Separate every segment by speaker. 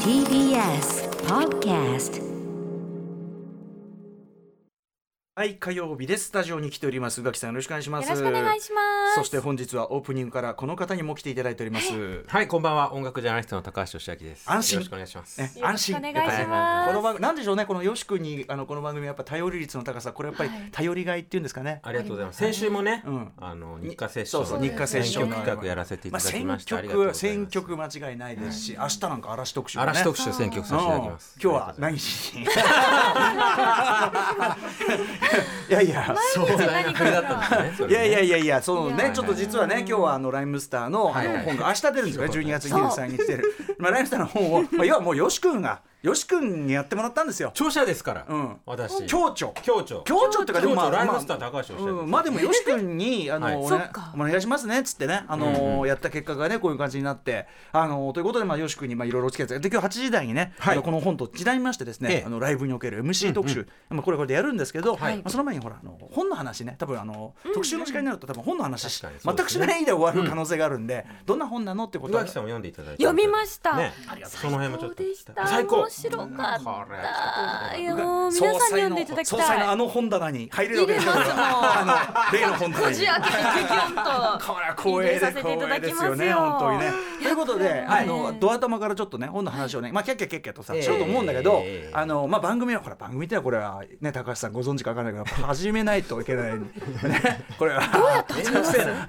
Speaker 1: TBS Podcast
Speaker 2: はい、火曜日です。スタジオに来ております。宇垣さん、よろしくお願いします。
Speaker 3: よろしくお願いします
Speaker 2: そして本日はオープニングからこの方にも来ていただいております。
Speaker 4: はい、こんばんは。音楽ジャーナリストの高橋義明です。
Speaker 2: 安心
Speaker 4: よろしくお願いします。
Speaker 2: ね
Speaker 3: よろしくお願いします
Speaker 2: この番組、なんでしょうね、このよし君に、あの、この番組、やっぱ頼り率の高さ、これやっぱり頼りがいっていうんですかね。
Speaker 4: ありがとうございます。先週もね、
Speaker 2: うん
Speaker 4: あの日課セッショ
Speaker 2: そ
Speaker 4: ン、
Speaker 2: うそう、
Speaker 3: ね
Speaker 2: 日課セッション
Speaker 4: 選
Speaker 2: の
Speaker 4: 曲企画やらせていただきました。
Speaker 2: あ
Speaker 4: あ
Speaker 2: 選
Speaker 4: りがとうご
Speaker 2: 曲、
Speaker 4: ざい
Speaker 2: 選
Speaker 4: ます。
Speaker 2: 曲間違いないですし、明日なんか嵐特集、ね。
Speaker 4: 嵐特集選曲させていただきます。
Speaker 2: 今日は何時に いやいや
Speaker 4: そう何かだったんですね。そ
Speaker 2: い
Speaker 4: れ
Speaker 2: や
Speaker 4: ね
Speaker 2: いやいやいや、そう
Speaker 3: い
Speaker 2: ね
Speaker 3: や、
Speaker 2: ちょっと実はね、今日はあのライムスターの、あ
Speaker 4: はい
Speaker 2: の
Speaker 4: はい
Speaker 2: 本が明日出るんですよね、
Speaker 4: そう
Speaker 2: 12月23日出る。まあ、ライムスターの本を、まあ、要はもうよし君が、よし君にやってもらったんですよ。
Speaker 4: 聴者ですから。
Speaker 2: うん
Speaker 4: 私。
Speaker 2: 強調。
Speaker 4: 強調。
Speaker 2: 強調っていうか、でも、まあ、
Speaker 4: ライ
Speaker 2: ま
Speaker 4: ム
Speaker 2: あ
Speaker 4: スター高橋義明です。
Speaker 2: うん、まあで もよし君にあの、
Speaker 4: はい
Speaker 2: お
Speaker 3: そ
Speaker 2: 願い
Speaker 3: っか
Speaker 2: お願いしますねっつってね、あのーやった結果がねこういう感じになってあのーということでまあよし君にまあいろいろお付き合いしてで今日8時台にね、
Speaker 4: はい
Speaker 2: あのこの本と時代にましてですね、
Speaker 4: ええ
Speaker 2: あのライブにおける MC 特集、まあこれこれでやるんですけど、
Speaker 4: はい
Speaker 2: まあその前にほらあの本の話ね多分あの特集の時間になると多分本の話し、
Speaker 4: 確かにそう
Speaker 2: 全
Speaker 4: です
Speaker 2: く
Speaker 4: ね
Speaker 2: しないで終わる可能性があるんで、どんな本なのってこ
Speaker 4: 宇
Speaker 2: とは
Speaker 4: 垣さんも読んでいただいて。
Speaker 3: 読みました
Speaker 4: ね
Speaker 2: ありがとう
Speaker 4: その辺もちょっと
Speaker 3: でした
Speaker 4: 最高
Speaker 3: 面。白かっ
Speaker 4: これは
Speaker 3: た
Speaker 4: ち
Speaker 3: いや
Speaker 4: ょっ
Speaker 3: もう皆さんに読んでいただき
Speaker 2: 総裁の
Speaker 3: た
Speaker 2: あ
Speaker 3: い
Speaker 2: の本棚に入れるわ
Speaker 3: 入
Speaker 2: け
Speaker 3: れ
Speaker 2: です
Speaker 3: ます
Speaker 2: よ
Speaker 3: もん
Speaker 2: あの例の本棚
Speaker 3: こ
Speaker 2: に
Speaker 3: じ。開けてギュギュンと
Speaker 2: これは光栄
Speaker 3: 入れ
Speaker 2: で
Speaker 3: させていた
Speaker 2: 光栄
Speaker 3: だ
Speaker 2: で
Speaker 3: き
Speaker 2: す
Speaker 3: ます
Speaker 2: よ
Speaker 3: よ
Speaker 2: ね本当にね。ということで、
Speaker 3: は
Speaker 2: あ
Speaker 3: い
Speaker 2: のドア玉からちょっとね本の話をね、まあキャッキャッキャッキャッとさ、
Speaker 4: ええ
Speaker 2: しようと思うんだけど、
Speaker 4: ええ
Speaker 2: あのまあ番組はほら番組ってのはこれはね高橋さんご存知かわからないけど始めないといけないね これは
Speaker 4: めんどくせえな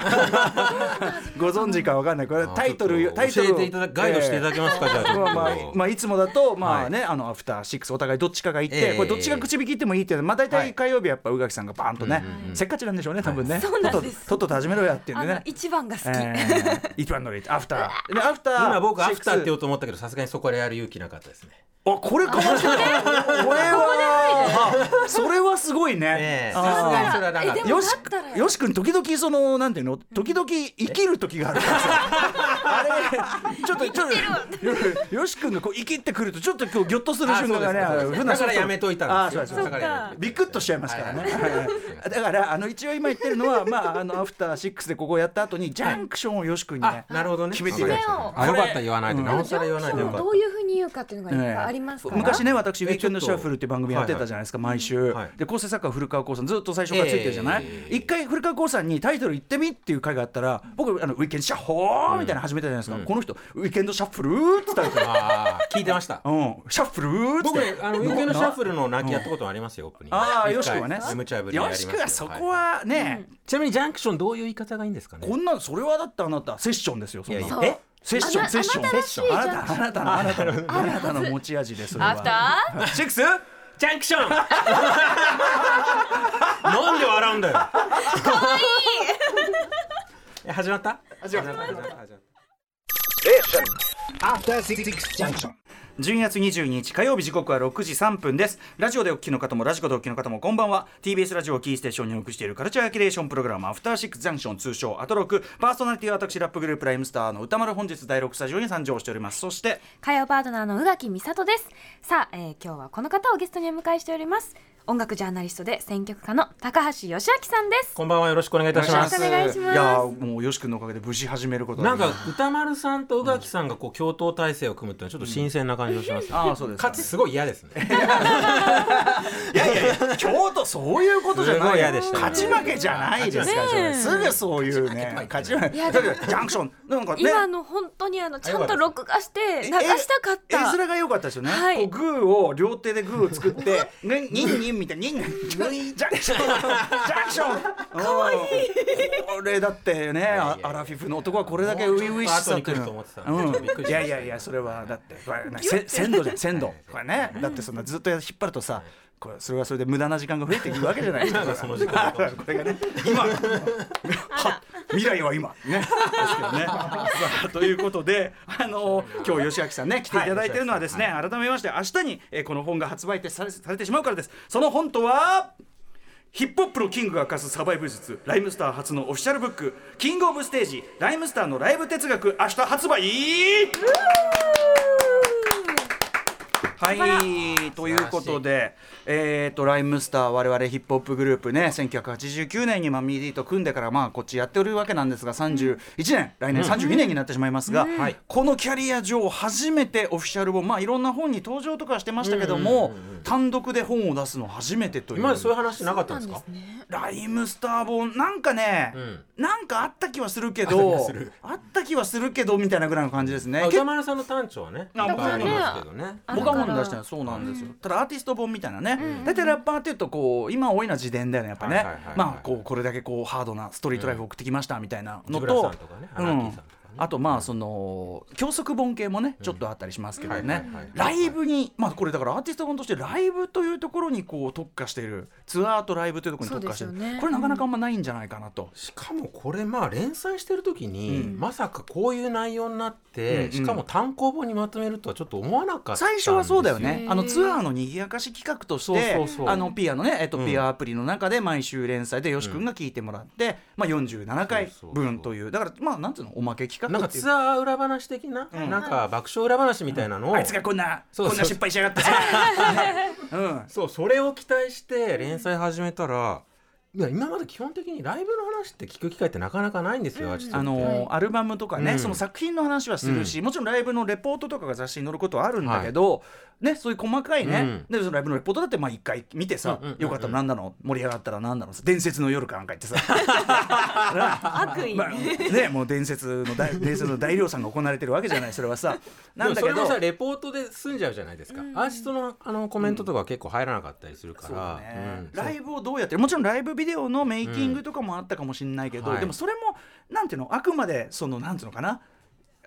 Speaker 2: ご存知かわからないこれはタイト
Speaker 4: ちょ
Speaker 2: ル
Speaker 4: っと
Speaker 2: タイトル
Speaker 4: 教
Speaker 2: を
Speaker 4: えていただガイドしていただけますか、じゃあ
Speaker 2: え
Speaker 4: ち
Speaker 2: え
Speaker 4: ょっ
Speaker 2: まあま
Speaker 4: と。
Speaker 2: あまあいつもだとまあね、あのアフターシックスお互いどっちかが行って、
Speaker 4: ええ
Speaker 2: これどっちが口引きってもいいっていうのまあ大
Speaker 4: は
Speaker 2: 体
Speaker 4: い
Speaker 2: 火曜日やっぱ宇垣さんがバーンとね、せっかちなんでしょうね多分ね、
Speaker 3: そうなん
Speaker 2: とっ
Speaker 3: です
Speaker 2: ととっと始めろやっていうん
Speaker 3: あ
Speaker 2: で
Speaker 3: の
Speaker 2: ね
Speaker 3: 一番が好き、
Speaker 2: えー、一番乗りアフターでアフター
Speaker 4: 今僕アフターって言
Speaker 2: 6
Speaker 4: おうと思ったけどさすがにそこでやる勇気なかったですね。
Speaker 2: あこれかもしれないこれはあそれはすごいね
Speaker 4: ええ
Speaker 3: だから
Speaker 2: あ
Speaker 4: それはなかっ
Speaker 3: え
Speaker 4: た
Speaker 2: ー
Speaker 3: でも
Speaker 2: よ
Speaker 3: だ
Speaker 2: し
Speaker 3: ったら
Speaker 2: よし君時々そのなんていうの時々生きる時があるからさあれちょっとちょっとよし君がこう生きってくるとちょっと今日ギョッとする瞬間がね
Speaker 4: あそう
Speaker 2: 普
Speaker 4: ですそうです
Speaker 2: 段
Speaker 4: だからやめといたんですよ
Speaker 2: あそうです
Speaker 4: だからやめといたんですよ
Speaker 2: ビクッとしちゃいますからね、
Speaker 4: はいはいはい
Speaker 2: はいだからあの一応今言ってるのはまああのアフターシックスでここをやった後にジャンクションをよし君にね
Speaker 4: あ、なるほどね。
Speaker 2: 決めて
Speaker 3: い
Speaker 2: い
Speaker 3: た
Speaker 2: た
Speaker 3: だ
Speaker 2: だきたい
Speaker 3: きたい
Speaker 4: あよかった言わないで、
Speaker 2: うん
Speaker 4: なおさら言わないでよかっ
Speaker 3: どういうふうに言うかっていうのがいっぱいありますから、
Speaker 2: 昔ね私「ウィークエンドシャッフル」っていう番組やって
Speaker 4: はい
Speaker 2: た
Speaker 4: はい
Speaker 2: じゃないですか、毎週、
Speaker 4: はい
Speaker 2: で構成作家古川光さんずっと最初からついてるじゃない、
Speaker 4: ええ
Speaker 2: 一回古川光さんにタイトル言ってみっていう回があったら僕あの「ウィークエンドシャッホー」みたいなの始めたじゃないですか、この人「ウィークエンドシャッフル」って言ったんです
Speaker 4: た。
Speaker 2: よ
Speaker 4: ああ、聞いてました。
Speaker 2: うん、シャッフルって
Speaker 4: 僕
Speaker 2: 言っ
Speaker 4: ね
Speaker 2: て、
Speaker 4: あの、ウィークエンドシャッフルの泣きやったことありますよ、オープニング。
Speaker 2: ああ
Speaker 4: 一回
Speaker 2: よしくはね
Speaker 4: M チャブリや
Speaker 2: よ
Speaker 4: りま
Speaker 2: し
Speaker 4: す
Speaker 2: くはそこ
Speaker 4: い
Speaker 2: はね、
Speaker 4: ちなみにジャンクションどういう言い方がいいんですかね。
Speaker 2: こんなそれはだってあなたセッションですよそんなの
Speaker 4: いやいや
Speaker 2: えセッションセッション
Speaker 3: あなたらしい
Speaker 2: あなたあなたのあなたのあなたの持ち味ですそれは
Speaker 3: アフター
Speaker 2: シックス
Speaker 4: ジャンク ションなんで笑うんだよ。かわいい始まった始まった。始まった始まった
Speaker 5: After Six Junction.
Speaker 2: 12月22日火曜日時刻は6時3分ですラジオでお聞きの方もラジコでお聞きの方もこんばんは TBS ラジオをキーステーションにお送りしているカルチャーキュレーションプログラムアフターシックスジャンクション通称アトロクパーソナリティは私ラップグループライムスターの歌丸本日第6スタジオに参上しておりますそして
Speaker 3: 火曜パートナーの宇垣美里ですさあ、えー今日はこの方をゲストにお迎えしております音楽ジャーナリストで選曲家の高橋義明さんです
Speaker 4: こんばんは、よろしくお願いいたしま
Speaker 3: よ
Speaker 4: す
Speaker 3: ろしく。お願いします
Speaker 2: いやーもうよし君のおかげで無事始めることが
Speaker 4: なん
Speaker 2: できま
Speaker 4: か歌丸さんと宇垣さんがこう共闘体制を組むってのはちょっと新鮮な感じがします、
Speaker 2: ああそうですか
Speaker 4: かつすごい嫌ですね
Speaker 2: いやいやいや京都そういうことじゃ
Speaker 4: す
Speaker 2: な
Speaker 4: ご
Speaker 2: い
Speaker 4: い嫌でした
Speaker 2: 勝ち負けじゃないですからそれすぐそういうね勝ち負け
Speaker 3: いや
Speaker 2: だけどジャンクションなんかね
Speaker 3: 今の本当にあのちゃんと録画して流したかっ
Speaker 2: 絵
Speaker 3: た。
Speaker 2: 面が良かったですよね、
Speaker 3: はい
Speaker 2: こうグーを両手でグーを作って「ねニンニン」みたいな「ニンニン」ジャンクショ ンジャンクションかわいいこれだってね
Speaker 4: や
Speaker 2: あ
Speaker 4: いや
Speaker 2: アラフィフの男はこれだけ初々しさっていうの
Speaker 4: もうちょっと後に来ると思ってたんでちょっとびっくりしました
Speaker 2: いやいやいやそれはだってこれねせ鮮度じゃ ん鮮度これねだってそんなずっと引っ張るとさこれそれはそれで無駄な時間が増えていくわけじゃ ないですか
Speaker 4: 今がその時間
Speaker 2: これがね 今は未来は今ねですけどねさ あということであの今日吉明さんね来ていただいてるのはですね、改めまして明日に、えーこの本が発売ってされされてしまうからですその本とはヒップホップのキングが課すサバイブ術ライムスター初のオフィシャルブック「キングオブステージライムスターのライブ哲学」明日発売はいということでえっ、とライムスター我々ヒップホップグループね1989年にマミーディと組んでからまあこっちやっておるわけなんですが31年来年32年になってしまいますが、
Speaker 4: はい
Speaker 2: このキャリア上初めてオフィシャル本まあいろんな本に登場とかはしてましたけども、単独で本を出すの初めてという
Speaker 4: 今までそういう話なかったんですか
Speaker 3: そうなんですね
Speaker 2: ライムスター本なんかね、
Speaker 4: うん
Speaker 2: なんかあった気はするけ
Speaker 4: あった気は
Speaker 2: ど
Speaker 4: する
Speaker 2: あった気はするけどみたいなぐらいの感じですね
Speaker 4: あ歌丸さんの短調はね
Speaker 2: あ
Speaker 4: いっぱいありますけどね
Speaker 3: ある
Speaker 2: 僕
Speaker 3: か
Speaker 2: はも
Speaker 3: ら
Speaker 2: う出したのそうなんですよ、ただアーティスト本みたいなね、大体ラッパーっていうとこう今多いのは自伝だよねやっぱね、
Speaker 4: はいはいはいはい
Speaker 2: まあこうこれだけこうハードなストリートライフを送ってきましたみたいなの
Speaker 4: ジブ
Speaker 2: と,、
Speaker 4: ラさんとかねアナキーさんとかね
Speaker 2: あとまあその教則本系もねちょっとあったりしますけど
Speaker 4: うんはい
Speaker 2: ね
Speaker 4: はいはい
Speaker 2: ライブにまあこれだからアーティスト本としてライブというところにこう特化しているツアーとライブというところに特化している、
Speaker 3: そうですよね
Speaker 2: これなかなかあんまないんじゃないかなと。
Speaker 4: しかもこれまあ連載してる時に、
Speaker 2: うん
Speaker 4: まさかこういう内容になって、
Speaker 2: うんうん
Speaker 4: しかも単行本にまとめるとはちょっと思わなかったんです
Speaker 2: 最
Speaker 4: よ
Speaker 2: 初はそうだよね
Speaker 3: へー
Speaker 2: あのツアーのにぎやかし企画とし
Speaker 4: そ
Speaker 2: て
Speaker 4: うそうそう
Speaker 2: あのピアのね、えっと、
Speaker 4: うん
Speaker 2: ピアアプリの中で毎週連載でよし君が聞いてもらって、まあ、47回分というだからまあなんつうのおまけ企
Speaker 4: なん
Speaker 2: 画
Speaker 4: か
Speaker 2: っていう
Speaker 4: ツアー裏話的な、
Speaker 2: うん
Speaker 4: なんか爆笑裏話みたいなのを、
Speaker 2: あいつがこんな
Speaker 4: そうそう
Speaker 2: こんな失敗しやが ってさ、ねうん、
Speaker 4: そうそれを期待して連載始めたら、いや今まで基本的にライブの話って聞く機会ってなかなかないんですよ、
Speaker 3: うん
Speaker 4: アーティストっ
Speaker 2: あ
Speaker 4: て
Speaker 2: のーアルバムとかね、
Speaker 4: うん
Speaker 2: その作品の話はするし、もちろんライブのレポートとかが雑誌に載ることはあるんだけど、ね、そういう細かいね、でそのライブのレポートだってまあ一回見てさ、
Speaker 4: うんうんうんうん
Speaker 2: よかったら何なの盛り上がったら何なの伝説の夜かなんか言ってさ
Speaker 3: 悪意、
Speaker 2: まあね、もう伝説の大伝説の大量産が行われてるわけじゃないそれはさなんだけ
Speaker 4: でも
Speaker 2: ど
Speaker 4: それもさレポートで済んじゃうじゃないですか、アーティストのあのコメントとかは結構入らなかったりするか
Speaker 2: そう
Speaker 4: ら、
Speaker 2: だね
Speaker 4: うん
Speaker 2: ライブをどうやってもちろんライブビデオのメイキングとかもあったかもしれないけど、
Speaker 4: うんはい
Speaker 2: でもそれもなんていうのあくまでそのなんていうのかな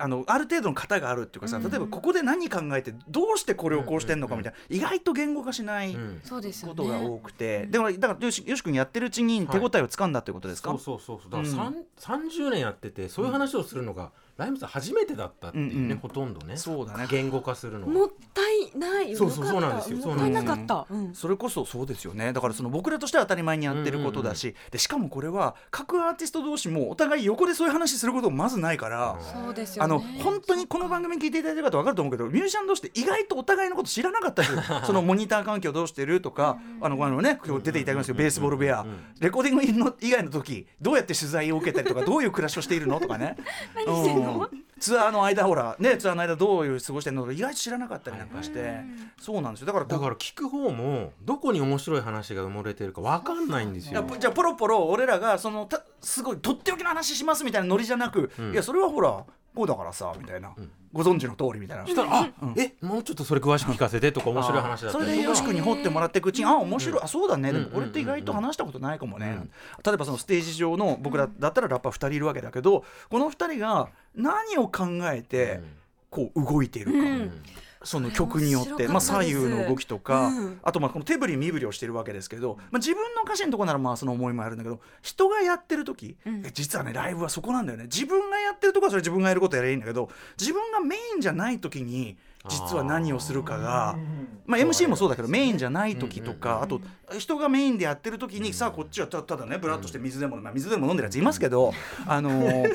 Speaker 2: あのある程度の型があるっていうかさ、例えばここで何考えてどうしてこれをこうしてんのかみたいな、意外と言語化しない
Speaker 4: うん
Speaker 3: そうです
Speaker 2: こ
Speaker 3: よ
Speaker 2: とが多
Speaker 3: ね
Speaker 2: くて、でもだからよしよし君やってるうちに手応えをつかんだってことですか、
Speaker 4: そうそうそうそうだからさん、30年やっててそういう話をするのが、ライムさん初めてだったっていうね、
Speaker 2: うんうん
Speaker 4: ほとんどね
Speaker 2: そうだね
Speaker 4: 言語化するのが
Speaker 3: もったいないよ
Speaker 4: そうそう
Speaker 3: なかった
Speaker 4: そうなんです
Speaker 3: も
Speaker 4: よ
Speaker 3: ったいなかった、うん
Speaker 2: それこそそうですよねだからその僕らとしては当たり前にやってることだし、でしかもこれは各アーティスト同士もお互い横でそういう話することもまずないから、
Speaker 3: そうです
Speaker 2: あ
Speaker 3: よね
Speaker 2: の本当にこの番組聞いていただいてる方分かると思うけどミュージシャン同士って意外とお互いのこと知らなかったり するそのモニター環境どうしてるとかあのあのね今日出ていただきますけどベースボールベアレコーディングの以外の時どうやって取材を受けたりとかどういう暮らしをしているのとかね。
Speaker 3: 何してんの
Speaker 2: うんツアーの間ほらねツアーの間どういう過ごしてるのとか意外と知らなかったりなんかして、そうなんですよだからこ
Speaker 4: だ
Speaker 2: う
Speaker 4: から聞く方もどこに面白い話が埋もれてるかわかんないんです
Speaker 2: いや
Speaker 4: よ。
Speaker 2: ぽじゃあポロポロ俺らがそのたすごいとっておきの話しますみたいなノリじゃなく、
Speaker 4: ん
Speaker 2: いやそれはほらこうだからさみたいな、
Speaker 4: ん
Speaker 2: ご存知の通りみたいな。
Speaker 4: そしたらあ、えもうちょっとそれ詳しく聞かせてとか面白い話だった
Speaker 2: それで
Speaker 4: り
Speaker 2: よ
Speaker 4: と
Speaker 2: し
Speaker 4: か。
Speaker 2: 君に掘ってもらっていくうちにあ面白いあそうだねでも
Speaker 4: うん
Speaker 2: 俺って意外と話したことないかもね例えばそのステージ上の僕らだったらラッパー2人いるわけだけどこの2人が何を考えてこう動いているか
Speaker 3: うん
Speaker 2: その曲によって、まあ、
Speaker 3: 面白かっ
Speaker 2: 左
Speaker 3: たです
Speaker 2: 右の動きとか、
Speaker 3: うん
Speaker 2: あとまあこの手振り身振りをしてるわけですけど、まあ、自分の歌詞のとこならまあその思いもあるんだけど人がやってる時、
Speaker 3: ん
Speaker 2: 実はねライブはそこなんだよね自分がやってるとこはそれ自分がやることやればいいんだけど自分がメインじゃない時に実は何をするかがまあ、MC もそうだけどメインじゃない時とか、あと人がメインでやってる時に、さあこっちはたただねブラッとして水でも、まあ、水でも飲んでるやついますけど、あの ー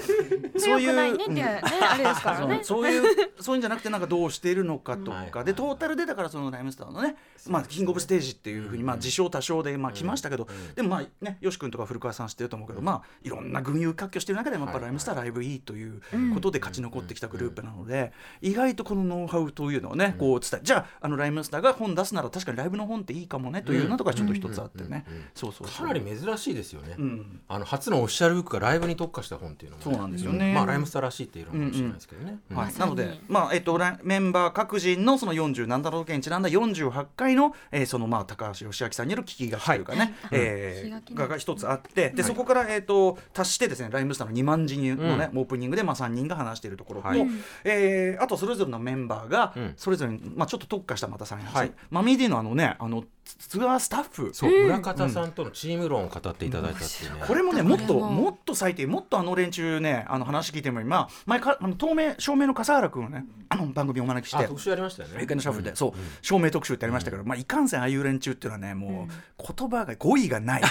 Speaker 2: そうい。
Speaker 3: 良くないうね
Speaker 2: う
Speaker 3: って、
Speaker 2: ん
Speaker 3: ねあれですからね
Speaker 2: そうそういうそういうんじゃなくてなんかどうしているのかと
Speaker 4: はいはい
Speaker 2: か
Speaker 4: はい
Speaker 2: でトータルでだからそのライムスターのねまあキングオブステージっていうふうにまあ自称多称でまあ来ましたけどでもまあねよし君とか古川さん知ってると思うけどまあいろんな群雄割拠してる中でもやっぱライムスターライブいいということで勝ち残ってきたグループなので意外とこのノウハウというのをねこう伝えじゃああのライムスターが本出すなら確かにライブの本っていいかもねというのとかちょっと一つあってねそうそうそ
Speaker 4: か
Speaker 2: う
Speaker 4: なり珍しいですよね。
Speaker 2: うん
Speaker 4: あの初のオフィシャルブックがライブに特化した本っていうのも、
Speaker 2: そうなんですよね
Speaker 4: まあライムスターらしいっていうのかもしれないですけどね。うん
Speaker 2: はい、
Speaker 3: さ
Speaker 2: な
Speaker 3: に
Speaker 2: ので、まあえっと、ラメンバー各人のその47都道府県にちなんだ48回の、えーそのまあ高橋義明さんによる聞き書きというかね、え
Speaker 3: 聞き書
Speaker 2: ー
Speaker 3: きね
Speaker 2: がが一つあってで、そこから、えっと足してですねライムスターの2万字の、ねオープニングで、まあ、3人が話しているところと、
Speaker 4: はい
Speaker 2: えーあとそれぞれのメンバーが、
Speaker 4: うん
Speaker 2: それぞれに、まあ、ちょっと特化したまた3人、
Speaker 4: はい
Speaker 2: マミーディのあのねあのツツアースタッフ
Speaker 4: そう村方さんとのチーム論を語っていただいたっていうね。
Speaker 2: これもねもっと
Speaker 3: これも
Speaker 2: もっと最低もっとあの連中ねあの話聞いても今前かあの透明照明の笠原君をねあの番組お招きし
Speaker 4: あ
Speaker 2: て
Speaker 4: 特集やりましたよね。
Speaker 2: 英会のシャッフルで、そう、証明特集ってありましたけど、まあ、いかんせんああいう連中っていうのはね、もう、言葉が語彙がない。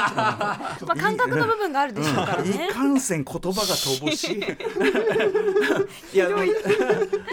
Speaker 3: まあ、感覚の部分があるでしょうから
Speaker 2: うん
Speaker 3: ね
Speaker 2: い、かんせん言葉が乏しい。いや、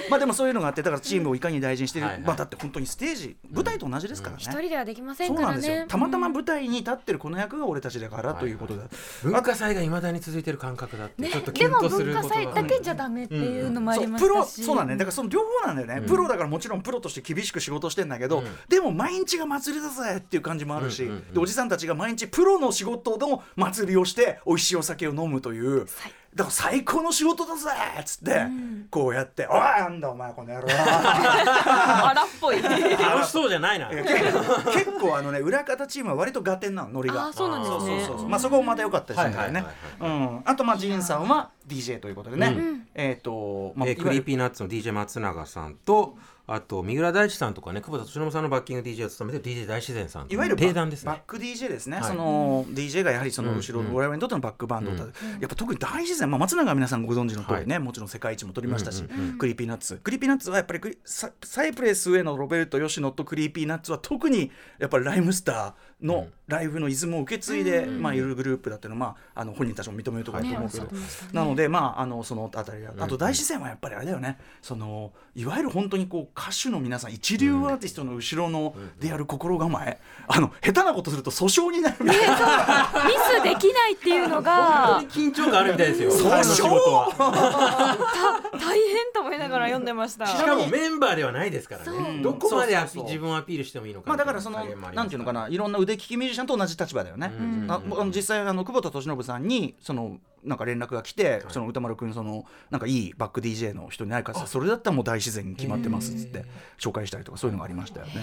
Speaker 2: まあでもそういうのがあっってだからチームをいかに大事にしてる、
Speaker 4: はいはい
Speaker 2: まあ、だって本当にステージ舞台と同じですからね、
Speaker 3: 一人ではできません
Speaker 2: そう
Speaker 3: か
Speaker 2: なん
Speaker 3: ら
Speaker 2: ですよ
Speaker 3: ね。
Speaker 2: たまたま
Speaker 3: うん
Speaker 2: 舞台に立ってるこの役が俺たちだからということだ、
Speaker 4: 文化祭がいまだに続いてる感覚だって、
Speaker 3: ね
Speaker 4: ちょっと、キ
Speaker 3: で
Speaker 4: ュン
Speaker 3: も
Speaker 4: とする
Speaker 3: 文
Speaker 4: こ
Speaker 3: 化
Speaker 4: とが
Speaker 3: 祭だけじゃダメっていうのもあ
Speaker 2: そ
Speaker 3: り
Speaker 2: う
Speaker 3: ま
Speaker 2: プ
Speaker 3: した
Speaker 2: ロ
Speaker 3: し、
Speaker 2: そうなんだよだからその両方なんだよね、
Speaker 4: うん
Speaker 2: プロだからもちろんプロとして厳しく仕事してんだけど、
Speaker 4: うん
Speaker 2: でも毎日が祭りだぜっていう感じもあるし、
Speaker 4: うんうんうん
Speaker 2: でおじさんたちが毎日プロの仕事の祭りをして美味しいお酒を飲むという
Speaker 3: 最高
Speaker 2: だから最高の仕事だぜっつって、
Speaker 3: ん
Speaker 2: こうやって「おいなんだお前この野 郎」
Speaker 3: 荒っ ぽい。
Speaker 4: 楽しそうじゃないな。
Speaker 2: いや結構結構あのね裏方チームは割と合点なのノリが
Speaker 3: あーそうなんですね。
Speaker 4: あー
Speaker 2: そうそうそうまあそこもまた良かったですね,、
Speaker 4: はいはいはい
Speaker 2: うん、あとまあジンさんは DJ ということでね、
Speaker 4: うん
Speaker 2: えっ、と、まあ
Speaker 4: えー、クリー
Speaker 2: ー
Speaker 4: ピーナッツの DJ 松永さんとあと三浦大知さんとかね久保田敏信さんのバッキング DJ を務めてる DJ 大自然さんと
Speaker 2: いわゆるバ
Speaker 4: 定談です
Speaker 2: バッ
Speaker 4: ね
Speaker 2: ク DJ ですね、
Speaker 4: はい
Speaker 2: その DJ がやはりその後ろ、
Speaker 4: うんうん
Speaker 2: 我々にとってのバックバンドだったやっぱ特に大事ですね、まあ、松永は皆さんご存知の通りね、もちろん世界一も取りましたし、
Speaker 4: うん
Speaker 3: うんうん
Speaker 2: クリーピーナッツクリーピーナッツはやっぱりクリササイプレス上のロベルト吉野とクリーピーナッツは特にやっぱりライムスターのライブのイズムを受け継いで、まあ、いるグループだっていうのは、まあ、あの本人たちも認めるところだと
Speaker 3: ね
Speaker 2: 思う
Speaker 3: おっ
Speaker 2: け
Speaker 3: しゃ
Speaker 2: ど
Speaker 3: っ。てましたね
Speaker 2: なので、まあ、あのそのあたりがあと大自然はやっぱりあれだよね、そのいわゆる本当にこう歌手の皆さん一流アーティストの後ろのでやる心構え、あの下手なことすると訴訟になるみたいな、
Speaker 3: ミスできないっていうのが
Speaker 4: 本当に緊張感あるみたいですよ
Speaker 2: そう
Speaker 4: 彼の仕事は
Speaker 3: 大変と思いながら読んでました。
Speaker 4: しかもメンバーではないですから
Speaker 3: そう
Speaker 4: ねどこまでアピ
Speaker 2: そうそうそう
Speaker 4: 自分をアピールしてもいいのか
Speaker 2: まあ、だからそのなんていうのか
Speaker 4: な
Speaker 2: な、いろんな腕利きミュージシャンと同じ立場だよね。
Speaker 4: うん
Speaker 2: あもうあの実際あの久保田利伸さんにそのなんか連絡が来て、その歌丸君そのなんかいいバック DJ の人にないかさそれだったらもう大自然に決まってますっつって紹介したりとかそういうのがありましたよね。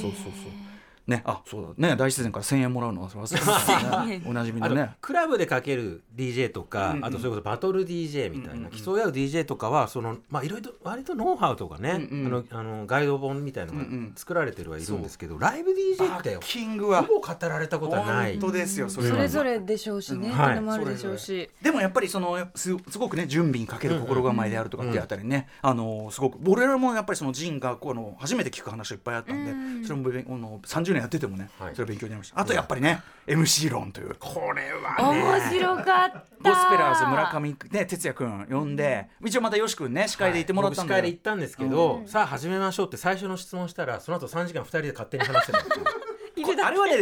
Speaker 2: そうそうそう。ねあそうだね大自然から1000円もらうのはそれ忘れてた ねおなじみ
Speaker 4: あ
Speaker 2: の
Speaker 4: と
Speaker 2: ね。
Speaker 4: クラブでかける DJ とか、
Speaker 2: うんうん
Speaker 4: あとそれこそバトル DJ みたいな、
Speaker 2: うんうんうん
Speaker 4: 競い合う DJ とかはそのまあいろいろ割とノウハウとかね、
Speaker 2: うんうん
Speaker 4: あのあのガイド本みたいのが
Speaker 2: うんうん
Speaker 4: 作られてるはいるんですけど、ライブ DJ
Speaker 2: バ
Speaker 4: って
Speaker 2: ッ
Speaker 4: ほ
Speaker 2: キングは
Speaker 4: ぼ語られたことはない
Speaker 2: 本当ですよそれ
Speaker 3: そ
Speaker 2: は
Speaker 3: れ。ぞれでしょうしね、
Speaker 2: うん
Speaker 3: っ
Speaker 4: はい
Speaker 3: てのもあるでしょうし。
Speaker 2: でもやっぱりそのすすごくね準備にかける心構えであるとかっていうあたりね、あのすごく俺らもやっぱりそのジンがこの初めて聞く話がいっぱいあったんで、
Speaker 3: うん
Speaker 2: それもべんあの30年やっててもね、
Speaker 4: はい
Speaker 2: それ勉強になりましたあとやっぱりね、MC 論というこれはね
Speaker 3: 面白かった。
Speaker 2: ゴスペラーズ村上ね哲也君呼んで、一応またよし君ね司会でいてもらったんだ
Speaker 4: は
Speaker 2: よ
Speaker 4: い僕司会で行ったんですけど、さあ始めましょうって最初の質問したらその後3時間2人で勝手に 話してた
Speaker 2: これあれはね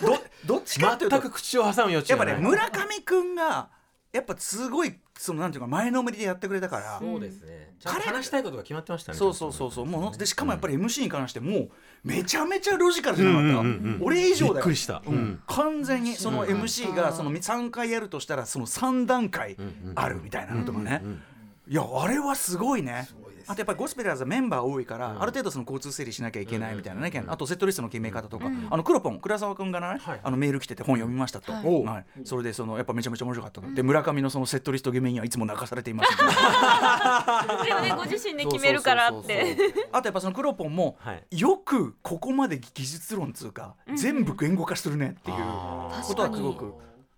Speaker 2: どどっ ちかというと
Speaker 4: 全く口を挟む余地
Speaker 2: やっ
Speaker 4: が
Speaker 2: ぱ
Speaker 4: ない
Speaker 2: ね村上君がやっぱすごいそのなんていうか前のめりでやってくれたから。
Speaker 4: そうですねちゃんと
Speaker 2: 彼
Speaker 4: 話したいことが決まってましたね
Speaker 2: そうそうそうそうもうでしかもやっぱり MC に関してもうめちゃめちゃロジカルじゃなかった、俺以上だよ
Speaker 4: びっくりした
Speaker 2: うん
Speaker 4: うん
Speaker 2: 完全にその MC がその3回やるとしたらその3段階あるみたいなのとかね、いやあれはすごいねあとやっぱりゴスペラーズはメンバー多いから、ある程度その交通整理しなきゃいけないみたいなね、あとセットリストの決め方とか、あのクロポン倉沢君がね、
Speaker 4: はい
Speaker 2: あのメール来てて本読みましたと、はいそれでそのやっぱめちゃめちゃ面白かったと、で村上のそのセットリスト決めにはいつも泣かされていましたけど
Speaker 3: それをねご自身で決めるからっ
Speaker 4: そうそう
Speaker 3: て
Speaker 4: そうそう
Speaker 2: あとやっぱそのクロポンも、
Speaker 4: はい
Speaker 2: よくここまで技術論つうか、全部言語化してるねっていう
Speaker 4: あー
Speaker 2: ことはすごく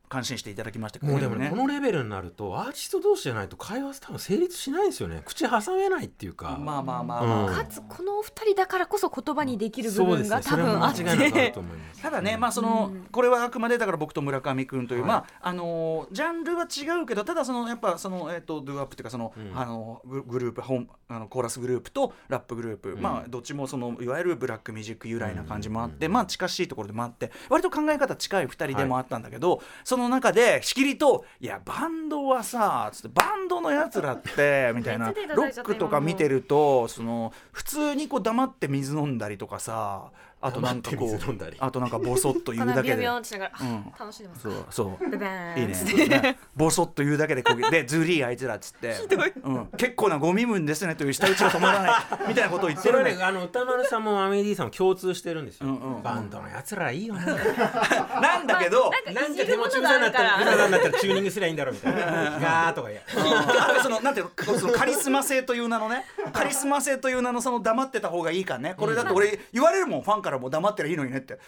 Speaker 2: 感心していただきましたけど
Speaker 4: もうでもね
Speaker 2: ね
Speaker 4: このレベルになるとアーティスト同士じゃないと会話多分成立しないですよね口挟めないっていうか、
Speaker 2: まあまあまあ
Speaker 4: う
Speaker 2: まあ、
Speaker 4: ん
Speaker 3: かつこのお二人だからこそ言葉にできる部
Speaker 4: そうで
Speaker 3: 分
Speaker 4: す
Speaker 3: が多
Speaker 4: ねそれは
Speaker 3: 分あ
Speaker 4: 間
Speaker 3: って、
Speaker 4: 違いなくあ ると思います
Speaker 2: ただね、まあそのこれはあくまでだから僕と村上君という、まああのージャンルは違うけどただそのやっぱそのえっ、とドゥアップっていうかその、あのググループホームあのコーラスグループとラップグループ、まあどっちもそのいわゆるブラックミュージック由来な感じもあって、まあ近しいところでもあって割と考え方近い二人でもあったんだけど、その中でしきりと「いやバンドはさ」つってバンドのやつら ってみたいな
Speaker 3: めっちゃ手
Speaker 2: ロ
Speaker 3: 叩いちゃ
Speaker 2: ッ
Speaker 3: った
Speaker 2: クとか見てるとその普通にこう黙って水飲んだりとかさあとなんかこ
Speaker 4: 黙って水飲んだ
Speaker 2: う
Speaker 4: り
Speaker 2: あとなんかボソッと言
Speaker 3: こ
Speaker 2: うん
Speaker 3: な
Speaker 2: だけ
Speaker 3: ビ
Speaker 2: で
Speaker 3: ヨ ビヨンってしながら、
Speaker 2: うん
Speaker 3: 楽しんでます
Speaker 2: そうそう
Speaker 3: ベベーン
Speaker 2: いいねねボソッと言うだけでこぎでズリーあいつらっつってうん、結構なゴミ分ですねという下打ちが止まらないみたいなことを言って
Speaker 4: それ
Speaker 2: る
Speaker 4: は
Speaker 2: ね
Speaker 4: ねあの歌丸さんもアメディさんも共通してるんですよ、
Speaker 2: うんうん
Speaker 4: バンドのやつらいいよね
Speaker 2: なんだけど、
Speaker 4: なんか手持ち無沙になっ たら無沙になったらチューニングすりゃいいんだろうみたいな「ガー」とか言え
Speaker 2: あとそのなんていうのそのカリスマ性という名のねカリスマ性という名のその黙ってた方がいいかねこれだって俺言われるもんファンからもう黙ってりゃいいのにねって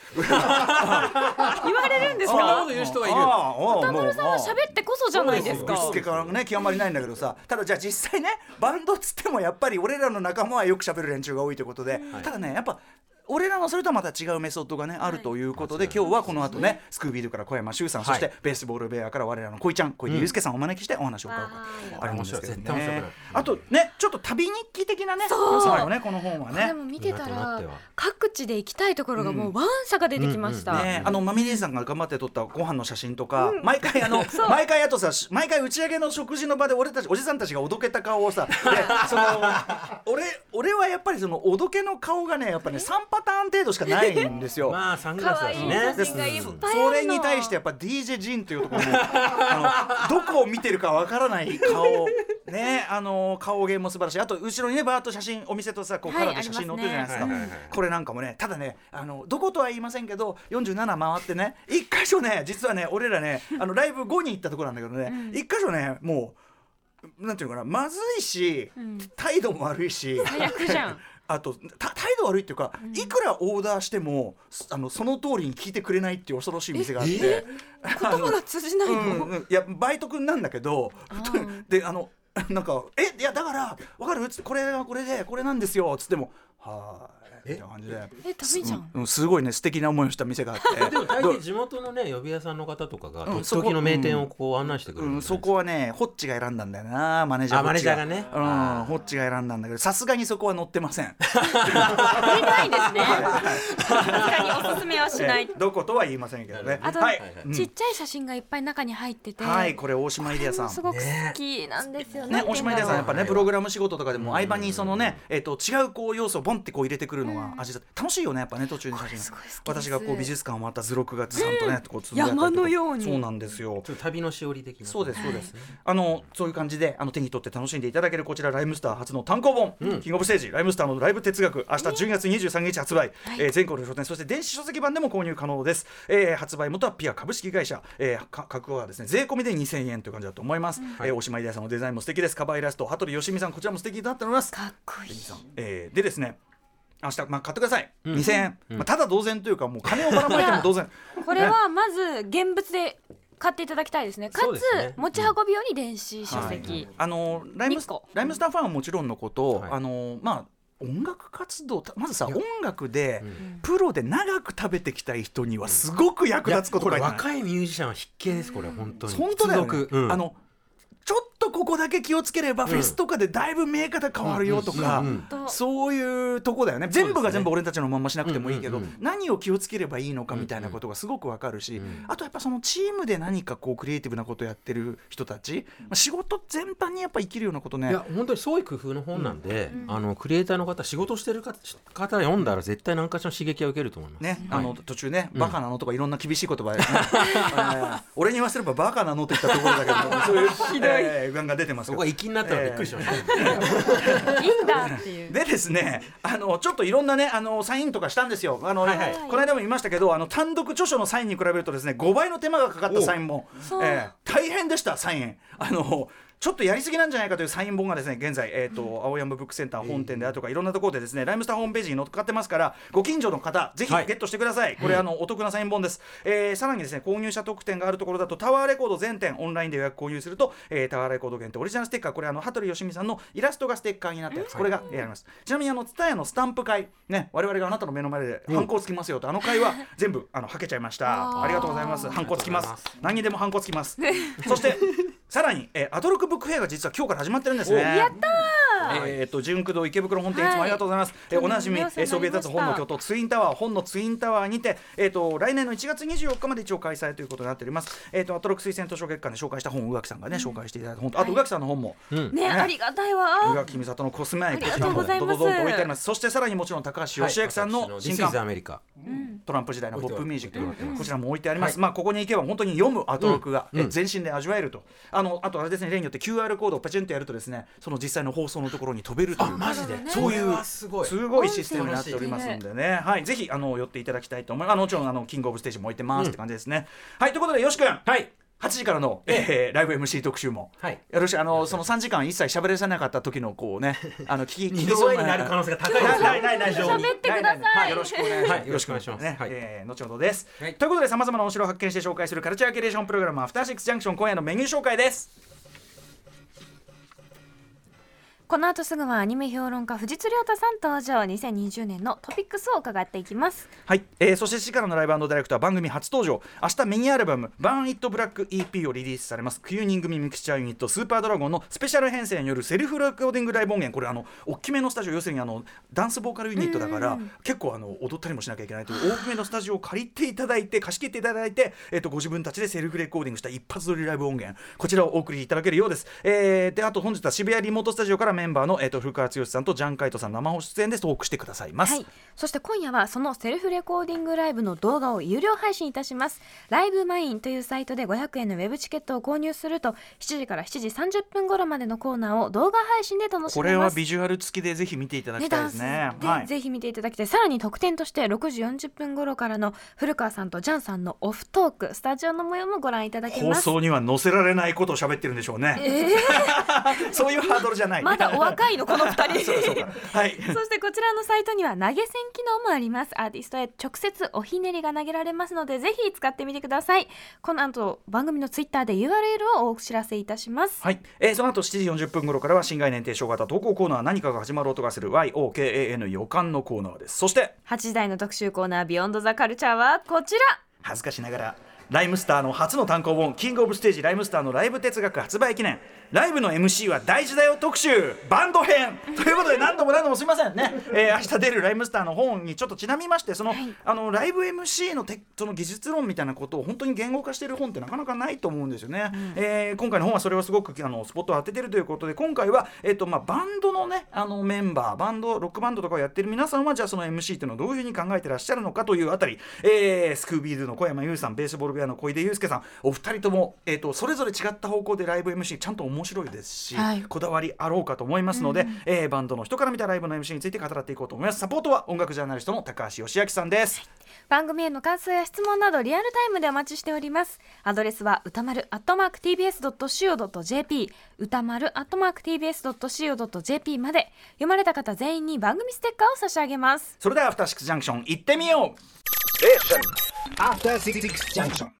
Speaker 3: 言われるんです
Speaker 4: そんなこ
Speaker 3: か
Speaker 4: と言う人がいる
Speaker 2: ああああ
Speaker 3: 田村さんは喋ってこそじゃないです
Speaker 4: そう
Speaker 3: か
Speaker 4: です
Speaker 2: ぶ
Speaker 4: よ
Speaker 2: っつけからね極まりないんだけどさただじゃあ実際ねバンドっつってもやっぱり俺らの仲間はよく喋る連中が多いということで、ただねやっぱ俺らのそれとはまた違うメソッドがねあるということで、今日はこの後ねスクービードゥから小山修さん、そしてベースボールベアから我らの小井ちゃん小井祐介さんをお招きしてお話を伺うこと、あれなんですけど
Speaker 4: 面白い絶対面白く
Speaker 2: ね
Speaker 4: なる。
Speaker 2: あとねちょっと旅日記的なね
Speaker 3: そう
Speaker 2: 良さだよねこの本は
Speaker 3: これ
Speaker 2: ね。
Speaker 3: も見てた
Speaker 4: 今となっ
Speaker 3: ら
Speaker 4: ては
Speaker 3: 各地で行きたいところがもうワンサが出てきました、
Speaker 2: ね、あのマミリーさんが頑張って撮ったご飯の写真とか、毎回 あの毎回あとさ毎回打ち上げの食事の場で俺たちおじさんたちがおどけた顔をさ でその俺俺はやっぱりそのおどけの顔がねやっぱね3パターン程度しかないんですよ。
Speaker 4: まあサングラスだし
Speaker 3: 可愛い
Speaker 4: ね
Speaker 3: 写真がいっぱいあるの
Speaker 2: それに対してやっぱ DJ ジンというところもあのどこを見てるかわからない顔ねあの顔芸も素晴らしいあと後ろにねバーッと写真お店とさこう
Speaker 3: は
Speaker 2: カ
Speaker 3: い
Speaker 2: ラーで写真載ってるじゃないですか、
Speaker 4: ありますね
Speaker 2: これなんかもねただねあのどことは言いませんけど47回ってね一箇所ね実はね俺らねあのライブ後に行ったところなんだけどね、一箇所ねもうなんていうのかなまずいし、
Speaker 3: ん
Speaker 2: 態度も悪いし。
Speaker 3: 最悪じ ゃん
Speaker 2: あとた態度悪いっていうか、いくらオーダーしてもすあのその通りに聞いてくれないっていう恐ろしい店があって、
Speaker 3: 言葉が通じないの、
Speaker 2: うんうんいやバイト君なんだけどであの なんか「えいやだから分かる?」つってこれはこれでこれなんですよ」つっても「はーい」みたいな感じで。
Speaker 3: えダメじゃん、
Speaker 2: うん、すごいね素敵な思いをした店があって
Speaker 4: でも大抵地元のね呼び屋さんの方とかが
Speaker 2: うん
Speaker 4: 時々の名店をこう案内してくれる
Speaker 2: うんん、
Speaker 4: ですよ
Speaker 2: そこはねホッチが選んだんだよなマネージャー
Speaker 4: あマネージャーがね
Speaker 2: ホッチがう
Speaker 4: あ
Speaker 2: ん
Speaker 4: ー
Speaker 2: ホッチが選んだんだけどさすがにそこは乗ってませ ん
Speaker 3: 触れないですねさすがにおすすめはしない、
Speaker 2: ええどことは言いませんけどね
Speaker 3: あと、
Speaker 2: はいうん
Speaker 3: ちっちゃい写真がいっぱい中に入ってて、
Speaker 2: はいこれ大島イデアさん
Speaker 3: すごく好きなんですよね
Speaker 2: ね、大島秀さんやっぱね
Speaker 4: はい
Speaker 2: プログラム仕事とかでも相場にそのね、えっと違うこう要素をボンってこう入れてくるのが味だって楽しいよねやっぱね途中に写真
Speaker 3: これすごい好きです
Speaker 2: 私がこう美術館をまた図録がずさんとね、こうつぶやいたりとか
Speaker 3: 山のように
Speaker 2: そうなんですよ
Speaker 4: ちょっと旅のしおり的な
Speaker 2: そうですそうです、あのそういう感じであの手に取って楽しんでいただけるこちらライムスター初の単行本、キングオブステージライムスターのライブ哲学明日10月23日発売、えー全国の書店そして電子書籍版でも購入可能です、えー発売元はピア株式会社、えー、か価格はですね税込みで2000円という感じだと思います、えー大島イデアさんのデザインも素敵ですカバーイラスト羽鳥よしみさんこちらも素敵だったと思います
Speaker 3: かっこいい
Speaker 2: えーでですね明日、まあ、買ってください、2000円、まあ、ただ同然というかもう金をばらまいても同然
Speaker 3: これはまず現物で買っていただきたいですねか
Speaker 4: そうで
Speaker 3: つ
Speaker 4: すね
Speaker 3: 持ち運び用に電子書籍、
Speaker 2: はいあのライムス
Speaker 3: 二個
Speaker 2: ライムスターファンはもちろんのこと、
Speaker 4: はい
Speaker 2: あのまあ音楽活動たまずさ音楽で、
Speaker 4: ん
Speaker 2: プロで長く食べてきたい人にはすごく役
Speaker 4: いや
Speaker 2: 立つこと
Speaker 4: こ
Speaker 2: が
Speaker 4: れ
Speaker 2: 書いてある
Speaker 4: 若いミュージシャンは必見ですこれ本当に
Speaker 2: 本当だよ、ね
Speaker 4: 必読うん
Speaker 2: あのちょっとここだけ気をつければ、
Speaker 4: ん
Speaker 2: フェスとかでだいぶ見え方変わるよとか、
Speaker 4: うんうん
Speaker 3: うんうん
Speaker 2: そういうとこだよね全部
Speaker 4: そう
Speaker 2: が
Speaker 4: ですね
Speaker 2: 全部俺たちのまんましなくてもいいけど、
Speaker 4: うんうんうん
Speaker 2: 何を気をつければいいのかみたいなことがすごくわかるし、
Speaker 4: ん
Speaker 2: あとやっぱそのチームで何かこうクリエイティブなことやってる人たち、まあ、仕事全般にやっぱ生きるようなことね
Speaker 4: いや本当にそういう工夫の本なんで、あのクリエイターの方仕事してる方方読んだら絶対何かしらの刺激は受けると思います、
Speaker 2: ね、あの途中ね、バカなのとかいろんな厳しい言葉で、ね えー俺に言わせればバカなのといったところだけども、そういうひどい、えー、が出てます
Speaker 4: そ
Speaker 2: け
Speaker 4: こ
Speaker 2: ど
Speaker 4: が。粋になったらびっくりしました、
Speaker 3: いいんだって いう
Speaker 2: でですね、あのちょっといろんなね、あのサインとかしたんですよ。あの、
Speaker 4: はいはい
Speaker 2: この間も言いましたけど、あの単独著書のサインに比べるとですね、5倍の手間がかかったサインも、
Speaker 3: そう
Speaker 2: えー大変でしたサイン。あの。ちょっとやりすぎなんじゃないかというサイン本がですね現在、えーと青山ブックセンター本店であるとかいろんなところでですね、ライムスターホームページに載っかってますからご近所の方ぜひゲ
Speaker 4: はい
Speaker 2: ットしてください、これ、あのお得なサイン本です、えーさらにですね購入者特典があるところだとタワーレコード全店オンラインで予約購入すると、えータワーレコード限定オリジナルステッカーこれあの羽鳥よしみさんのイラストがステッカーになったやつこれがえーありますちなみにあの蔦屋のスタンプ会ね我々があなたの目の前でハンコつきますよとあの会は全部あのはけちゃいました
Speaker 3: あー
Speaker 2: ありがとうございますハンコつきます
Speaker 4: ありがとうござい
Speaker 2: 何にでもハンコつきますそしてさらに、えーアトロックブックフェアが実は今日から始まってるんですね。やったーえーっと純駆動池袋本店いつもありがとうございます。えーおなじみ、え
Speaker 3: お世話になりまし
Speaker 2: ー
Speaker 3: た
Speaker 2: そびえ立つ本の巨頭ツインタワー本のツインタワーにて、えー、と来年の1月24日まで一応開催ということになっております、えー、とアトロック推薦図書月間で紹介した本宇垣さんがね、紹介していただいた本とあと宇垣さんの本も、
Speaker 3: ねありがたいわ
Speaker 2: 宇垣美里のコスメアイ
Speaker 3: ありがとうございます
Speaker 2: どどどんと置いてありますそしてさらにもちろん高 橋義明さん
Speaker 4: はい
Speaker 2: の
Speaker 4: 私
Speaker 2: 新
Speaker 4: This is
Speaker 2: 刊
Speaker 4: America
Speaker 2: トランプ時代のポップミュージッ
Speaker 4: 置いてま
Speaker 2: クこちらも置いてあります、まあここに行けば本当に読むアトロックが、え全身で味わえるとあのあとあれですね例によって QR コードをパチンとやるとですねその実際の放送のところに飛べるという
Speaker 4: マジで
Speaker 2: そうい
Speaker 4: これ
Speaker 2: う
Speaker 4: はすごい
Speaker 2: すごいシステムになっておりますんでね、はい、ぜひあの寄っていただきたいと思います。あのもちろんあのキングオブステージも置いてますって感じですね。はいということでよし君、は
Speaker 4: はい
Speaker 2: 8時からの、えーライブ MC 特集も、
Speaker 4: はい
Speaker 2: よろしくあのその3時間一切喋れさなかった時のこう ねあの聞き
Speaker 4: 二度目になる可能性が高いですよ
Speaker 2: ないないないない
Speaker 4: 非常に
Speaker 3: 喋ってください
Speaker 2: よろしくお願いします。
Speaker 4: はいよろしくお願いします
Speaker 2: ね
Speaker 4: はい
Speaker 2: えー後ほどです。
Speaker 4: はい
Speaker 2: ということでさまざまなお城を発見して紹介するカルチャーキュレーションプログラムアフターシックスジャンクション今夜のメニュー紹介です。
Speaker 3: この後すぐはアニメ評論家藤津亮太さん登場2020年のトピックスを伺っていきます
Speaker 2: はい、えーそして7時からのライブディレクター番組初登場明日ミニアルバム「バーン・イット・ブラック EP」をリリースされます9人組ミクチャーユニットスーパードラゴンのスペシャル編成によるセルフレコーディングライブ音源これあの大きめのスタジオ要するにあのダンスボーカルユニットだから結構あの踊ったりもしなきゃいけないという大きめのスタジオを借りていただいて貸し切っていただいて、えー、とご自分たちでセルフレコーディングした一発撮りライブ音源こちらをお送りいただけるようです、えーであと本日は渋谷リモートスタジオからメンバーの、えー、と古川剛さんとジャンカイトさん生出演でトークしてくださいます、
Speaker 3: はい、そして今夜はそのセルフレコーディングライブの動画を有料配信いたしますライブマインというサイトで500円のウェブチケットを購入すると7時から7時30分頃までのコーナーを動画配信で楽しめます
Speaker 2: これはビジュアル付きでぜひ見ていただきたいですね。
Speaker 3: で、
Speaker 2: はい。
Speaker 3: ぜひ見ていただきたいさらに特典として6時40分頃からの古川さんとジャンさんのオフトークスタジオの模様もご覧いただけ
Speaker 2: 放
Speaker 3: ます
Speaker 2: 送には載せられないことを喋ってるんでしょうね。
Speaker 3: え
Speaker 2: そういうハードルじゃない。
Speaker 3: ー、まだお若いのこの2 人
Speaker 2: そうかそうかはい。
Speaker 3: そしてこちらのサイトには投げ銭機能もありますアーティストへ直接おひねりが投げられますのでぜひ使ってみてくださいこの後番組のツイッターで URL をお知らせいたします
Speaker 2: はい、えーその後7時40分頃からは新概念提唱型投稿コーナー何かが始まる音がする YOKAN 予感のコーナーですそして
Speaker 3: 8時台の特集コーナービヨンドザカルチャーはこちら
Speaker 2: 恥ずかしながらライムスターの初の単行本「キングオブステージライムスターのライブ哲学発売記念」ライブの MC は大事だよ特集バンド編 ということで何度も何度もすいません ね、えー明日出るライムスターの本にちょっとちなみましてその,、あのライブ MC のてその技術論みたいなことを本当に言語化している本ってなかなかないと思うんですよね、えー今回の本はそれをすごくあのスポットを当ててるということで今回は、えっとまあ、バンドのねあのメンバーバンドロックバンドとかをやってる皆さんはじゃあその MC っていうのをどういうふうに考えてらっしゃるのかというあたり、えースクービーズの小山優さんベースボール部屋の小出祐介さんお二人とも、えっとそれぞれ違った方向でライブ MC ちゃんと面白いですし、
Speaker 3: はい
Speaker 2: こだわりあろうかと思いますので、えーバンドの人から見たライブの MC について語っていこうと思いますサポートは音楽ジャーナリストの高橋義明さんです、
Speaker 3: 番組への感想や質問などリアルタイムでお待ちしておりますアドレスは歌丸 @tbs.co.jp 歌丸 @tbs.co.jp まで読まれた方全員に番組ステッカーを差し上げます
Speaker 2: それではアフターシックスジャンクション行ってみよう
Speaker 1: After Six Junction.